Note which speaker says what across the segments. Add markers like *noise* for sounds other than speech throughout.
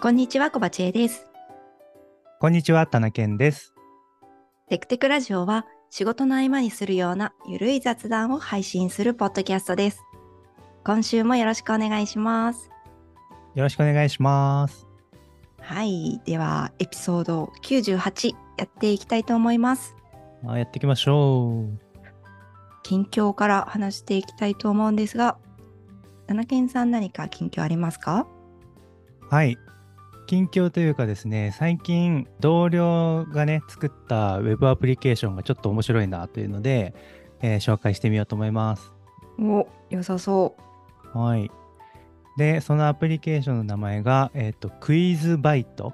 Speaker 1: こんにちは、小鉢恵です。
Speaker 2: こんにちは、田中健です。
Speaker 1: テクテクラジオは仕事の合間にするようなゆるい雑談を配信するポッドキャストです。今週もよろしくお願いします。
Speaker 2: よろしくお願いします。
Speaker 1: はい、ではエピソード98やっていきたいと思います。
Speaker 2: あやっていきましょう。
Speaker 1: 近況から話していきたいと思うんですが、七軒さん何か近況ありますか？
Speaker 2: はい。近況というかですね、最近同僚がね、作ったウェブアプリケーションがちょっと面白いなというので、えー紹介してみようと思います。
Speaker 1: お、良さそ
Speaker 2: はい。で、そのアプリケーションの名前が、えっ、と、クイズバイト。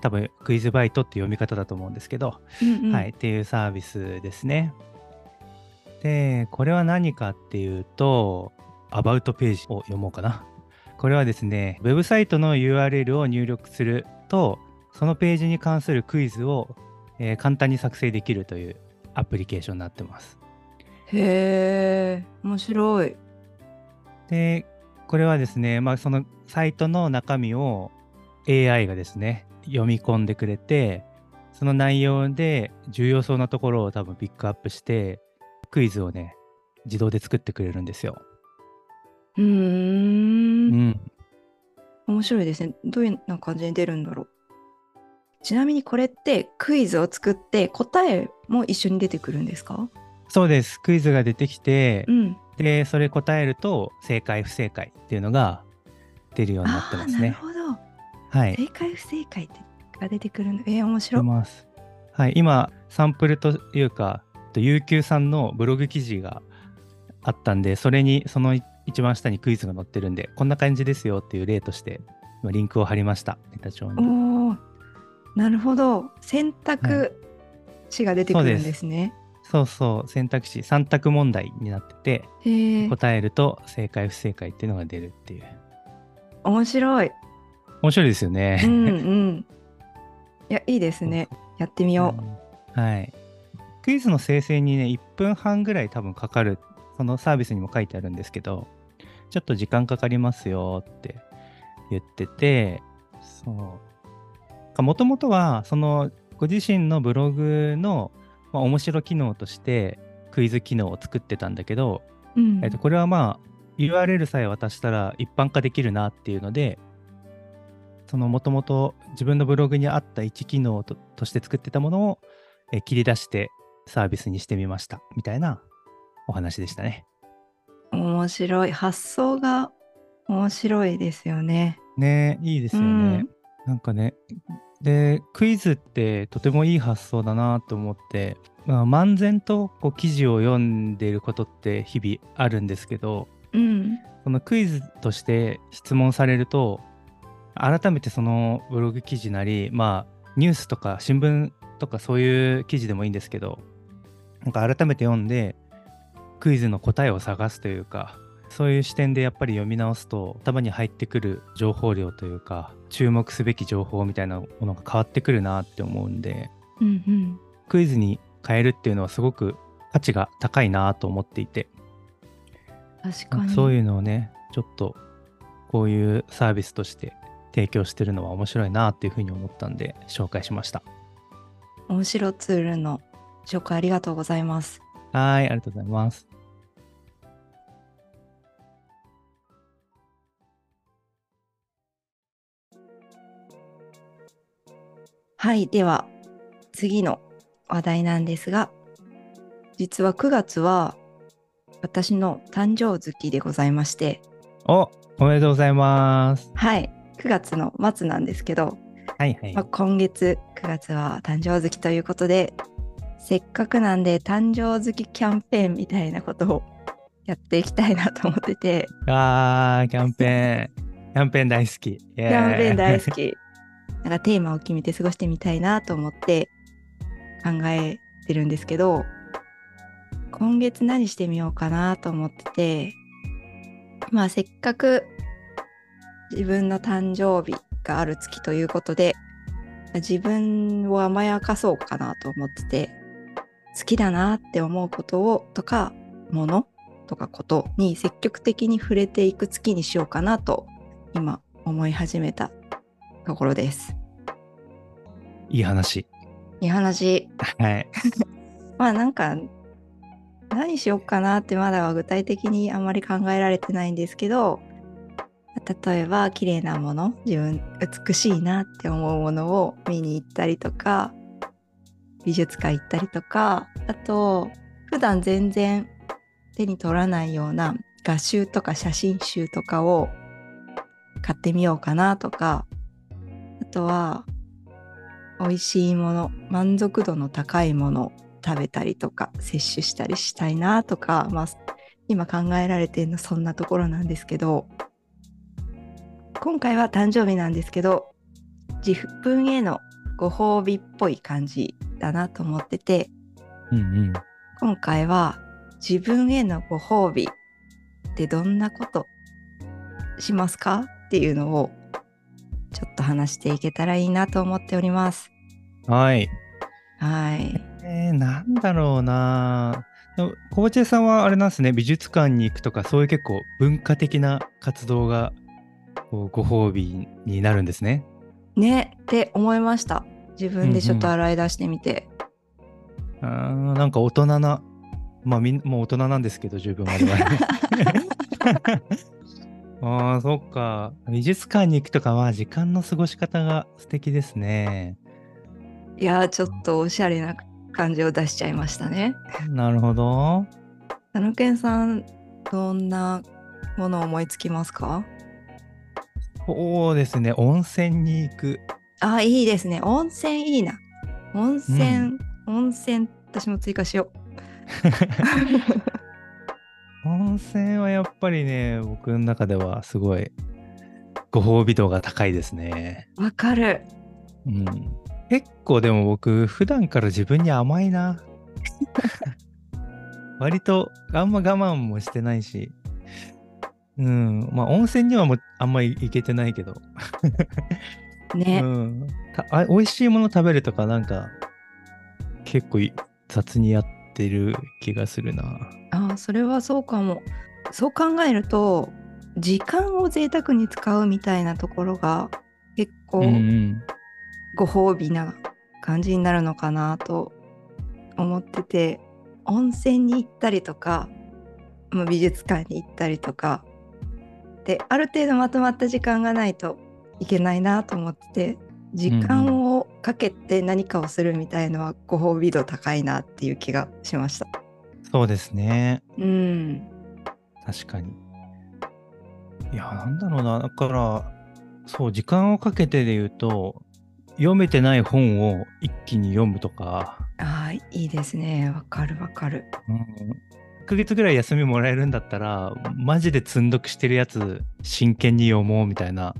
Speaker 2: 多分、クイズバイトって読み方だと思うんですけど、
Speaker 1: う。うんうん
Speaker 2: はい、っ。ていうサービスですね。で、これは何かっていうと、アバウトページを読もうかな。これはですね、ウェブサイトの URL を入力すると、そのページに関するクイズを、えー簡単に作成できるというアプリケーションになってます。
Speaker 1: へえ、面白い。
Speaker 2: で、これはですね、まあ、そのサイトの中身を AI がですね、読み込んでくれて、その内容で重要そうなところを多分ピックアップして、クイズをね、自動で作ってくれるんですよ。
Speaker 1: うー。
Speaker 2: うんん。
Speaker 1: 面白いですね。どういうような感じに出るんだろう。ちなみにこれってクイズを作って答えも一緒に出てくるんですか
Speaker 2: そうです。クイズが出てきて
Speaker 1: う、ん。
Speaker 2: で、それ答えると、正解、不正解っていうのが出るようになって
Speaker 1: ああ
Speaker 2: ます
Speaker 1: ー、なる
Speaker 2: ね。
Speaker 1: ほど。
Speaker 2: はい。
Speaker 1: 正解不正解ってが出てくるの。えー、面
Speaker 2: 出
Speaker 1: 白い。
Speaker 2: ます。はい、今サンプルというか、と UQ さんのブログ記事があったんで、それにそのい一番下にクイズが載ってるんで、こんな感じですよっていう例として、今リンクを貼りました、ネタ帳に。
Speaker 1: おお、なるほど。選択肢が出てくるんですね。
Speaker 2: そうそう、選択肢、3択問題になって
Speaker 1: へ
Speaker 2: て、
Speaker 1: え、
Speaker 2: 答えると正解、不正解っていうのが出るっていう。
Speaker 1: 面白
Speaker 2: *laughs*
Speaker 1: い。
Speaker 2: 面白いですよね。
Speaker 1: うんうん。いや、いいですね。やってみよ
Speaker 2: うんはい。クイズの生成にね、1分半ぐらい多分かかる、そのサービスにも書いてあるんですけど、ちょっと時間かかりますよって言ってて、そう。もともとは、その、ご自身のブログの、まあ、面白機能として、クイズ機能を作ってたんだけど、
Speaker 1: う。うん
Speaker 2: えっと、これはまあ、URL さえ渡したら一般化できるなっていうので、そのもともと自分のブログにあった一機能ととして作ってたものをえー切り出してサービスにしてみましたみたいなお話でしたね。
Speaker 1: 面白い。発想が面白いですよね。
Speaker 2: ねえいいですよね。
Speaker 1: うん
Speaker 2: なんかね、で、クイズってとてもいい発想だなと思って、まあ、漫然とこう記事を読んでいることって日々あるんですけど、
Speaker 1: うん。
Speaker 2: そのクイズとして質問されると改めてそのブログ記事なりまあニュースとか新聞とかそういう記事でもいいんですけどなんか改めて読んでクイズの答えを探すというかそういう視点でやっぱり読み直すと頭に入ってくる情報量というか注目すべき情報みたいなものが変わってくるなって思うんで
Speaker 1: うんうん。
Speaker 2: クイズに変えるっていうのはすごく価値が高いなと思っていて
Speaker 1: 確
Speaker 2: なん
Speaker 1: か
Speaker 2: か
Speaker 1: に。
Speaker 2: そういうのをねちょっとこういうサービスとして提供してるのは面白いなっていうふうに思ったんで紹介しました
Speaker 1: 面白ツールの紹介ありがとうございます。
Speaker 2: はいありがとうございます
Speaker 1: はい、では次の話題なんですが、実は9月は私の誕生月でございまして、
Speaker 2: おおめでとうございます
Speaker 1: はい、9月の末なんですけど、
Speaker 2: はいはい
Speaker 1: まあ、今月9月は誕生月ということで、せっかくなんで誕生月キャンペーンみたいなことをやっていきたいなと思ってて、
Speaker 2: あーキャンペーンキャンペーン大好きキ
Speaker 1: キャンペーン大好
Speaker 2: き
Speaker 1: き。なんかテーマを決めて過ごしてみたいなと思って考えてるんですけど、今月何してみようかなと思ってて、まあせっかく自分の誕生日がある月ということで、自分を甘やかそうかなと思ってて、好きだなって思うことをとか、ものとかことに積極的に触れていく月にしようかなと今思い始めたところです。
Speaker 2: いい話。
Speaker 1: いい話。
Speaker 2: はい。
Speaker 1: まあなんか何しよっかなってまだは具体的にあんまり考えられてないんですけど例えば綺麗なもの自分美しいなって思うものを見に行ったりとか美術館行ったりとかあと普段全然手に取らないような画集とか写真集とかを買ってみようかなとかあとは美味しいもの満足度の高いもの食べたりとか摂取したりしたいなとか、まあ、今考えられてるのそんなところなんですけど今回は誕生日なんですけど自分へのご褒美っぽい感じだなと思ってて
Speaker 2: うんうん。
Speaker 1: 今回は自分へのご褒美ってどんなことしますかっていうのをちょっと話していけたらいいなと思っております。
Speaker 2: はい。
Speaker 1: はい。
Speaker 2: えー、なんだろうな。でもコバチェさんはあれなんですね、美術館に行くとか、そういう結構文化的な活動がこうご褒美になるんですね。
Speaker 1: ねって思いました自分でちょっ
Speaker 2: う
Speaker 1: と
Speaker 2: んうん
Speaker 1: 洗い出してみて、
Speaker 2: あーなんか大人な、まあみんもう大人なんですけど、十分我々。ああ、そっか。美術館に行くとかは時間の過ごし方が素敵ですね。
Speaker 1: いやーちょっとおしゃれな感じを出しちゃいましたね
Speaker 2: なるほど。
Speaker 1: たぬけんさんどんなもの思いつきますか
Speaker 2: そうですね、温泉に行く。
Speaker 1: あいいですね温泉いいな温泉、温泉私も追加しよう
Speaker 2: 温泉はやっぱりね、僕の中ではすごいご褒美度が高いですね。
Speaker 1: わかる
Speaker 2: うん、結構でも僕、普段から自分に甘いな。割とあんま我慢もしてないし、うん、まあ温泉にはもうあんまり行けてないけど、う
Speaker 1: ね、
Speaker 2: ん、たあ美味しいもの食べるとかなんか結構い雑にやってる気がするな。
Speaker 1: あそれはそうかもそう考えると時間を贅沢に使うみたいなところが結構、
Speaker 2: ん、
Speaker 1: ご褒美な感じになるのかなと思ってて温泉に行ったりとかまあ美術館に行ったりとかである程度まとまった時間がないといけないなと思ってて時間をかけて何かをするみたいのはご褒美度高いなっていう気がしました。
Speaker 2: そうですね。
Speaker 1: うん、
Speaker 2: 確かに。いや、なんだろうな。だから、そう、時間をかけてで言うと、読めてない本を一気に読むとか、
Speaker 1: あーいいですねわかるわかる。
Speaker 2: うん、1ヶ月ぐらい休みもらえるんだったら、マジで積んどくしてるやつ、真剣に読もうみたいな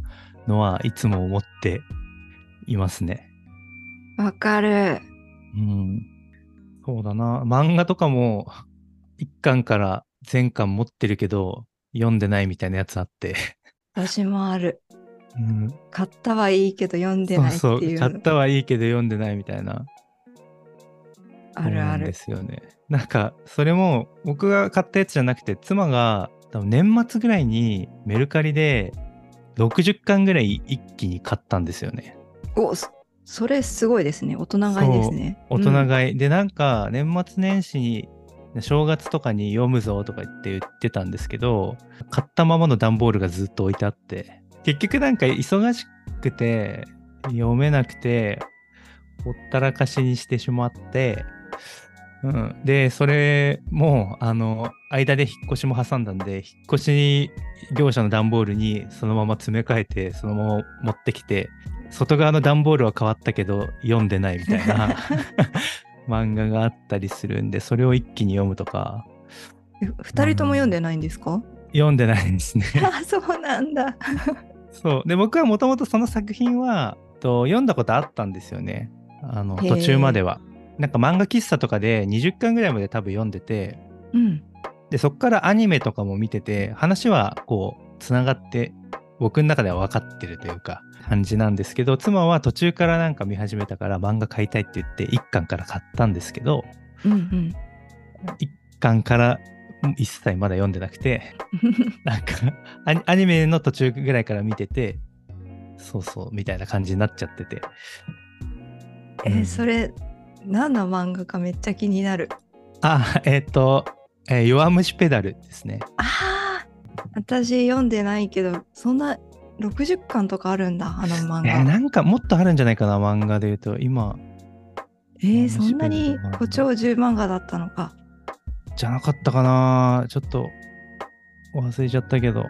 Speaker 2: のはいつも思っていますね。
Speaker 1: わかる。
Speaker 2: うん。そうだな。漫画とかも、1巻から全巻持ってるけど、読んでないみたいなやつあって。
Speaker 1: 私もある。
Speaker 2: うん、
Speaker 1: 買ったはいいけど読んでないって
Speaker 2: そう
Speaker 1: い
Speaker 2: そう
Speaker 1: う
Speaker 2: 買ったはいいけど読んでないみたいな
Speaker 1: あ
Speaker 2: そう
Speaker 1: る
Speaker 2: な
Speaker 1: あ
Speaker 2: んで
Speaker 1: る。
Speaker 2: すよねなんかそれも僕が買ったやつじゃなくて妻が多分年末ぐらいにメルカリで60巻ぐらい一気に買ったんですよね
Speaker 1: おそそれすごいですね大人買いですね
Speaker 2: 大人
Speaker 1: うん
Speaker 2: 買い、でなんか年末年始に正月とかに読むぞとか言って言ってたんですけど買ったままの段ボールがずっと置いてあって結局なんか忙しくて読めなくてほったらかしにしてしまって、うん、でそれもあの間で引っ越しも挟んだんで引っ越し業者の段ボールにそのまま詰め替えてそのまま持ってきて外側の段ボールは変わったけど読んでないみたいな漫画があったりするんでそれを一気に読むとか
Speaker 1: え二人とも読んでないんですか、
Speaker 2: 読んでないですね
Speaker 1: あそうなんだ
Speaker 2: そうで僕はもともとその作品はと読んだことあったんですよねあの
Speaker 1: へー
Speaker 2: 途中まではなんか漫画喫茶とかで20巻ぐらいまで多分読んでて
Speaker 1: うん
Speaker 2: でそっからアニメとかも見てて話はこうつながって僕の中では分かってるというか感じなんですけど妻は途中からなんか見始めたから漫画買いたいって言って1巻から買ったんですけど
Speaker 1: うんうん
Speaker 2: 1巻から一切まだ読んでなくてなんかアニアニメの途中ぐらいから見ててそうそうみたいな感じになっちゃってて。
Speaker 1: え
Speaker 2: *laughs* うん
Speaker 1: それ何の漫画かめっちゃ気になる
Speaker 2: あ、えっ、と、えー弱虫ペダルですね。
Speaker 1: あー私読んでないけどそんな60巻とかあるんだあの漫
Speaker 2: えー
Speaker 1: 画
Speaker 2: なんかもっとあるんじゃないかな、漫画で言うと。今、
Speaker 1: えーそんなに
Speaker 2: 面白いな
Speaker 1: 誇張10漫画だったのか
Speaker 2: じゃなかったかな。ちょっと、忘れちゃったけど。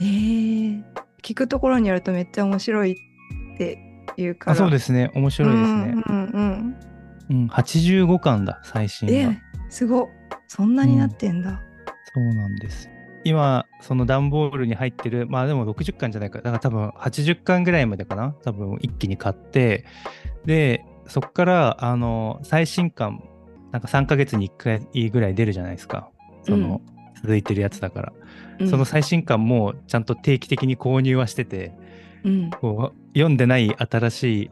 Speaker 1: えー、聞くところによるとめっちゃ面白いっていうから
Speaker 2: あ、そうですすね。面白いですね。
Speaker 1: うんうんうん
Speaker 2: うん、85巻だ、最新
Speaker 1: え
Speaker 2: が
Speaker 1: ー。すごっそんなになってんだ、
Speaker 2: そうなんです。今、その段ボールに入ってる、まあでも60巻じゃないから、だから多分80巻ぐらいまでかな、多分一気に買って、で、そっから、あの、最新巻、なんか3ヶ月に1回ぐらい出るじゃないですか。その、続いてるやつだから。
Speaker 1: うん
Speaker 2: その最新巻もちゃんと定期的に購入はしてて、
Speaker 1: うん
Speaker 2: こう読んでない新しい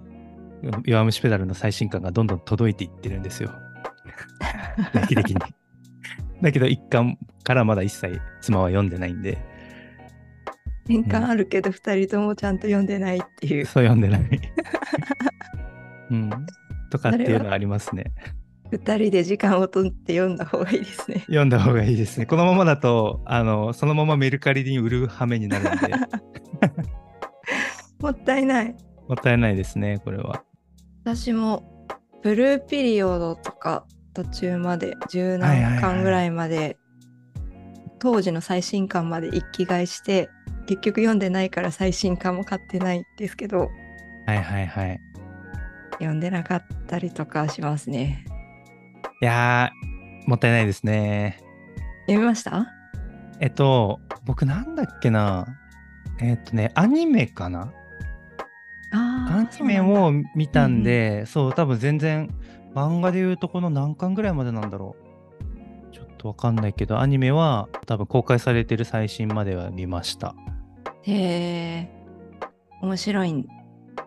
Speaker 2: うん弱虫ペダルの最新刊がどんどん届いていってるんですよ。定期的に。だけど一巻からまだ一切妻は読んでないんで、
Speaker 1: 年間あるけど2人ともちゃんと読んでないっていう、
Speaker 2: そう読んでない。うん。とかっていうのはありますね。
Speaker 1: 2人で時間を取って読んだ方がいいですね。 *laughs*
Speaker 2: 読んだ方がいいですね。このままだと、あの、そのままメルカリに売る羽目になるんで、
Speaker 1: もったいない。
Speaker 2: もったいないですね、これは。
Speaker 1: 私もブルーピリオドとか途中まで十
Speaker 2: はいはいは
Speaker 1: 何
Speaker 2: い
Speaker 1: 巻ぐらいまで、当時の最新巻まで一気買いして結局読んでないから最新巻も買ってないんですけど
Speaker 2: はいはいはい。
Speaker 1: 読んでなかったりとかしますね。
Speaker 2: いやー、もったいないですね。
Speaker 1: 読みました
Speaker 2: えっと、僕なんだっけな。えっとね、アニメかなア
Speaker 1: あー
Speaker 2: ニメ
Speaker 1: そうなんだ
Speaker 2: を見たんで、そう、多分全然、漫画でいうとこの何巻ぐらいまでなんだろう。ちょっとわかんないけど、アニメは多分公開されてる最新までは見ました。
Speaker 1: へえ面白いん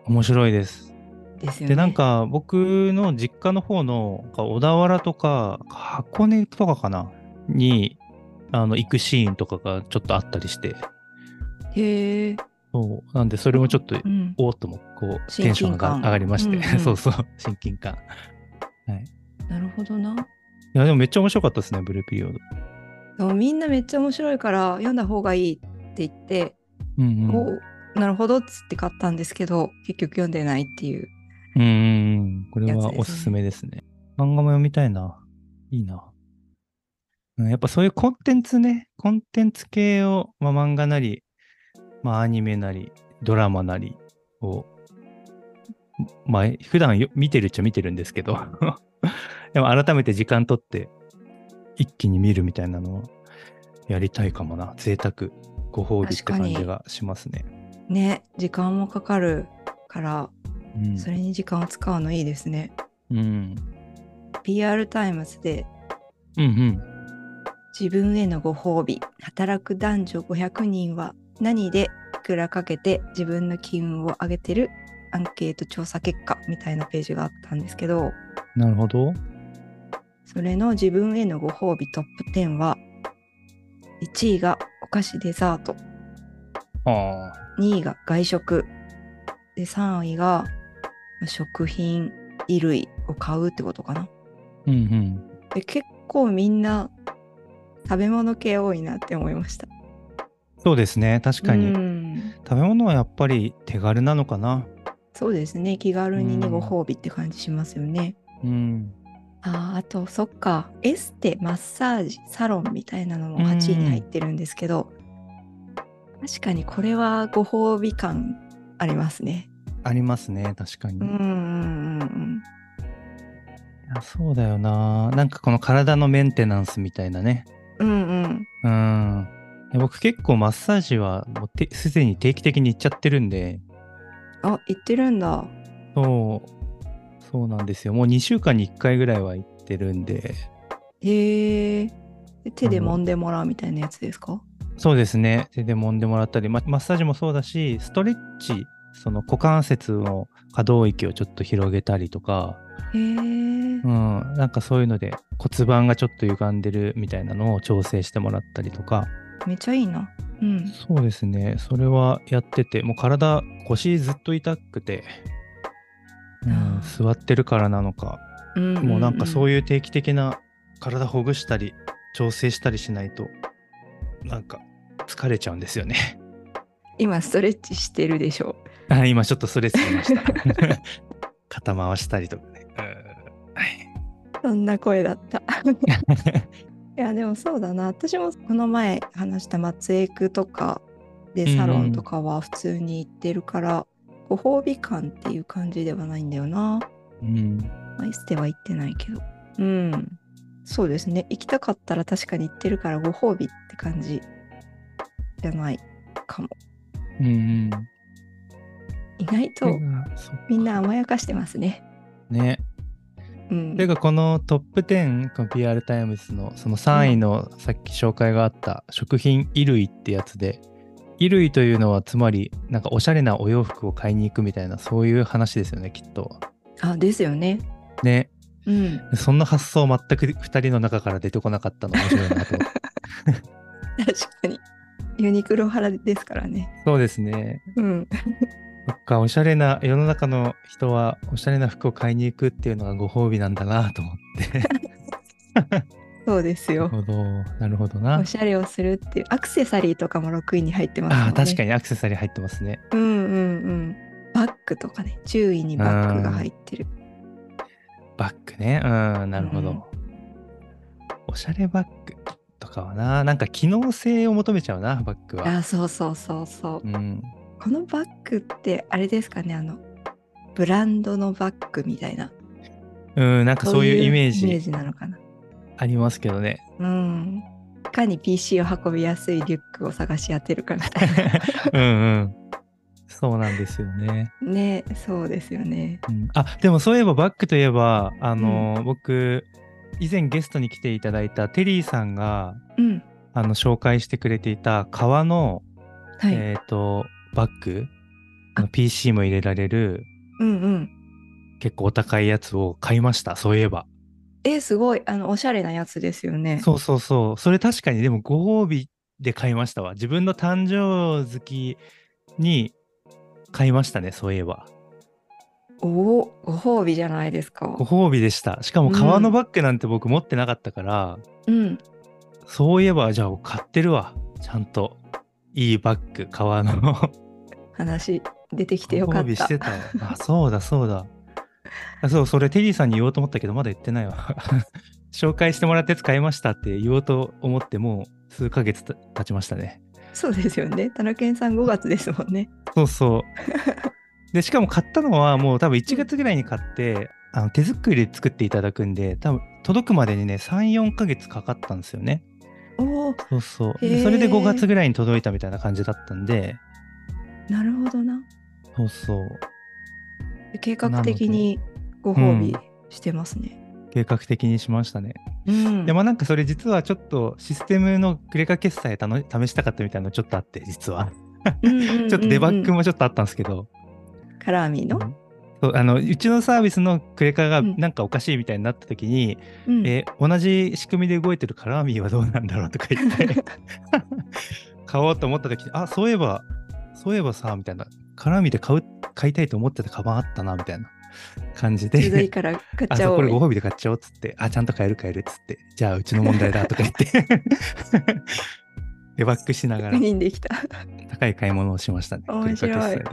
Speaker 2: 面白いです。
Speaker 1: ですよね。
Speaker 2: で、なんか僕の実家の方のなんか小田原とか箱根とかかなに、あの、行くシーンとかがちょっとあったりして、
Speaker 1: へえ、
Speaker 2: そう。なんで、それもちょっと
Speaker 1: うん、
Speaker 2: おーっともこう
Speaker 1: 親近
Speaker 2: テ
Speaker 1: 感
Speaker 2: ンションが上がりまして、
Speaker 1: うんうん
Speaker 2: *laughs* そうそう親近感
Speaker 1: なるほどな。
Speaker 2: いやでもめっちゃ面白かったですねブルーピリオド、
Speaker 1: でもみんなめっちゃ面白いから読んだ方がいいって言って、
Speaker 2: うんうん、
Speaker 1: おうなるほどっつって買ったんですけど結局読んでないっていう
Speaker 2: うんうんうんこれ
Speaker 1: やつで
Speaker 2: は
Speaker 1: すね
Speaker 2: おすすめですね漫画も読みたいないいな、うん、やっぱそういうコンテンツねコンテンツ系を、まあ、漫画なり、まあ、アニメなりドラマなりをまあ普段よ見てるっちゃ見てるんですけど *laughs* でも改めて時間取って一気に見るみたいなのをやりたいかもな贅沢ご褒美って
Speaker 1: 確か
Speaker 2: 感
Speaker 1: に
Speaker 2: じがしますね、
Speaker 1: ね時間もかかるから
Speaker 2: うん
Speaker 1: それに時間を使うのいいですね、
Speaker 2: うん、
Speaker 1: PR タイムズで
Speaker 2: うんうん
Speaker 1: 自分へのご褒美働く男女500人は何でいくらかけて自分の金運を上げてるアンケート調査結果みたいなページがあったんですけど
Speaker 2: なるほど
Speaker 1: それの自分へのご褒美トップ10は1位がお菓子デザート
Speaker 2: ああ
Speaker 1: 2位が外食で3位がまあ食品衣類を買うってことかな
Speaker 2: うんうん
Speaker 1: で結構みんな食べ物系多いなって思いました
Speaker 2: そうですね確かに、
Speaker 1: うん
Speaker 2: 食べ物はやっぱり手軽なのかな
Speaker 1: そうですね気軽にね
Speaker 2: うん
Speaker 1: ご褒美って感じしますよね
Speaker 2: うん
Speaker 1: あーあとそっかエステマッサージサロンみたいなのも8位に入ってるんですけど確かにこれはご褒美感ありますね
Speaker 2: ありますね確かに、
Speaker 1: うんう
Speaker 2: い
Speaker 1: んうんうん
Speaker 2: やそうだよななんかこの体のメンテナンスみたいなね
Speaker 1: うんうん
Speaker 2: うんいや僕結構マッサージはもうてすでに定期的に行っちゃってるんで
Speaker 1: あ言ってるんだ
Speaker 2: そうそうなんですよもう2週間に1回ぐらいは行ってるんで
Speaker 1: へえ。で手で揉んでもらうみたいなやつですか
Speaker 2: そうですね手で揉んでもらったり、ま、マッサージもそうだしストレッチその股関節の可動域をちょっと広げたりとか
Speaker 1: へえ
Speaker 2: う。ん、なんかそういうので骨盤がちょっと歪んでるみたいなのを調整してもらったりとか、
Speaker 1: めっちゃいいな。うん。
Speaker 2: そうですね。それはやってて、もう体、腰ずっと痛くて、う
Speaker 1: あ
Speaker 2: ん、
Speaker 1: ー
Speaker 2: 座ってるからなのか、
Speaker 1: うん
Speaker 2: もうなんかそう
Speaker 1: い
Speaker 2: いう定期的な体ほぐしたり、調整したりしないと、なんか疲れちゃうんですよね。
Speaker 1: うん。今ストレッチしてるでしょ
Speaker 2: *laughs* あ今ちょっとストレスしました。 *laughs* 肩回したりとかね。うんはい、
Speaker 1: そんな声だった。いやでもそうだな私もこの前話した松江区とかでサロンとかは普通に行ってるから、ご褒美感っていう感じではないんだよな、
Speaker 2: うん、
Speaker 1: まあ、エステは行ってないけどうんそうですね行きたかったら確かに行ってるからご褒美って感じじゃないかも
Speaker 2: *laughs* うんうん。
Speaker 1: 意外
Speaker 2: 手
Speaker 1: と
Speaker 2: がそっか
Speaker 1: みんな甘やかしてますね
Speaker 2: ね。
Speaker 1: うん
Speaker 2: ていうかこのトップ10この PR タイムズのその3位のさっき紹介があった食品衣類ってやつで衣類というのはつまりなんかおしゃれなお洋服を買いに行くみたいなそういう話ですよねきっと。
Speaker 1: あですよね
Speaker 2: ね
Speaker 1: うん
Speaker 2: そんな発想全く2人の中から出てこなかったの面白い
Speaker 1: *laughs*
Speaker 2: なと。
Speaker 1: *laughs* 確かにユニクロ派ですからね
Speaker 2: そうですね。
Speaker 1: うん
Speaker 2: そっかおしゃれな世の中の人はおしゃれな服を買いに行くっていうのがご褒美なんだなと思って。
Speaker 1: そうです
Speaker 2: *laughs*
Speaker 1: よ
Speaker 2: なるほどなるほどな
Speaker 1: お。しゃれをするっていうアクセサリーとかも6位に入ってますもん
Speaker 2: あ
Speaker 1: ね。
Speaker 2: あ確かにアクセサリー入ってますね。
Speaker 1: に。うんうんうん。バッグとかね、10位にバッグが入ってる。
Speaker 2: バッグね。うん、なるほど。
Speaker 1: うん
Speaker 2: おしゃれバッグとかはな、なんか機能性を求めちゃうな、バッグは。
Speaker 1: あそうそうそうそう。
Speaker 2: うん。
Speaker 1: このバッグってあれですかね、あの、ブランドのバッグみたいな。
Speaker 2: うん、なんかそういうイメー
Speaker 1: そういうイメー
Speaker 2: ジ
Speaker 1: ジなのかな。
Speaker 2: ありますけどね。 *laughs*
Speaker 1: うん。いかに PC を運びやすいリュックを探し当てるかみたい
Speaker 2: *laughs* うんうん。そうなんですよね、
Speaker 1: な。ね、そうですよね。
Speaker 2: うんあ、でもそういえばバッグといえば、あのー僕、以前ゲストに来ていただいたテリーさんが、
Speaker 1: うん。
Speaker 2: あの、紹介してくれていた革の、
Speaker 1: はい。
Speaker 2: えっ、と、バッグ、あの
Speaker 1: あ
Speaker 2: PC も入れられる、
Speaker 1: うんうん。
Speaker 2: 結構お高いやつを買いました、そういえば。
Speaker 1: え、すごい。あの、おしゃれなやつですよね。
Speaker 2: そうそうそう。それ確かにでもご褒美で買いましたわ。自分の誕生月に買いましたね、そういえば。
Speaker 1: おお、ご褒美じゃないですか
Speaker 2: ご。褒美でした。しかも革のバッグなんて僕持ってなかったから、
Speaker 1: うん。
Speaker 2: そういえばじゃあ買ってるわ。ちゃんと。いいバッグ、革の。
Speaker 1: 話出てきてよかっ
Speaker 2: ご褒美
Speaker 1: た。
Speaker 2: してたわ。あ、そうだそうだ。あそう、それテリーさんに言おうと思ったけど、まだ言ってないわ。 *laughs* 紹介してもらって使いましたって言おうと思ってもう数ヶ月た経ちましたね。
Speaker 1: そうですよね。田中健さん5月ですもんね。
Speaker 2: そ
Speaker 1: *laughs*
Speaker 2: うそう。で、しかも買ったのはもう多分1月ぐらいに買って、あの手作りで作っていただくんで、多分届くまでにね、3、4ヶ月かかったんですよね。
Speaker 1: おお、
Speaker 2: そうそう。
Speaker 1: へ
Speaker 2: で
Speaker 1: ー
Speaker 2: それで5月ぐらいに届いたみたいな感じだったんで、
Speaker 1: なるほどな。
Speaker 2: そうそう。
Speaker 1: 計画的にご褒美してますね。
Speaker 2: 計画的にしましたね。
Speaker 1: うん。
Speaker 2: で、まあなんかそれ実はちょっとシステムのクレカ決済たの試したかったみたいなのちょっとあって、実は。
Speaker 1: うんうんうんうん
Speaker 2: ちょっとデバッグもちょっとあったんですけど、
Speaker 1: カラーミーの。
Speaker 2: そうあのうちのサービスのクレカが
Speaker 1: うん
Speaker 2: なんかおかしいみたいになった時に、
Speaker 1: うん *laughs*
Speaker 2: え同じ仕組みで動いてるカラーミーはどうなんだろうとか言って
Speaker 1: *laughs*
Speaker 2: 買おうと思った時にあそういえばそういえばさみたいなカラーミーで買う買いたいと思ってたカバンあったなみたいな感じ
Speaker 1: ちょうどいい
Speaker 2: で
Speaker 1: から買
Speaker 2: あ
Speaker 1: っちゃ
Speaker 2: そう
Speaker 1: お
Speaker 2: これご
Speaker 1: う。
Speaker 2: 褒美で買っちゃおうっつってあちゃんと買える買えるっつってじゃあうちの問題だとか言って *laughs* デバッグしな
Speaker 1: *laughs*
Speaker 2: が
Speaker 1: 確
Speaker 2: ら
Speaker 1: 認できた。い
Speaker 2: 高い買い物をしましたねクレ
Speaker 1: 面
Speaker 2: カ
Speaker 1: 白い
Speaker 2: 決済で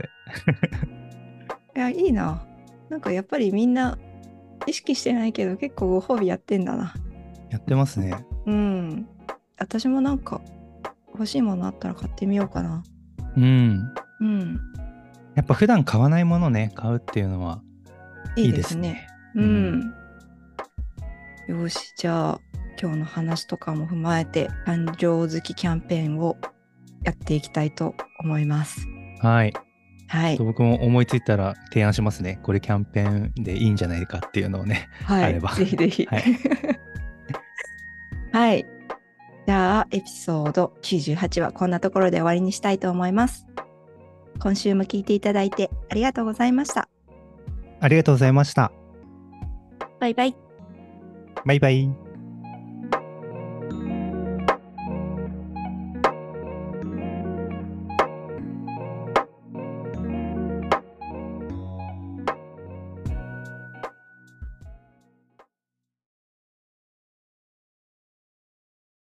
Speaker 1: や、いいな。なんかやっぱりみんな意識してないけど結構ご褒美やってんだな。
Speaker 2: やってますね
Speaker 1: うん。私もなんか欲しいものあったら買ってみようかな。
Speaker 2: うん
Speaker 1: うん。
Speaker 2: やっぱ普段買わないものね買うっていうのはいい
Speaker 1: い
Speaker 2: い
Speaker 1: で
Speaker 2: ですす
Speaker 1: ね
Speaker 2: ね。
Speaker 1: うん。よし、じゃあ今日の話とかも踏まえて誕生月キャンペーンをやっていきたいと思います。
Speaker 2: はい
Speaker 1: はい
Speaker 2: と。僕も思いついたら提案しますね。これキャンペーンでいいんじゃないかっていうのをね。
Speaker 1: は
Speaker 2: あ
Speaker 1: い
Speaker 2: れば。
Speaker 1: ぜひぜひ。は *laughs*
Speaker 2: はいい。
Speaker 1: じゃあエピソード98はこんなところで終わりにしたいと思います。今週も聞いていただいてありがとうございました。
Speaker 2: ありがとうございました。
Speaker 1: バイバイ。
Speaker 2: バイバイ。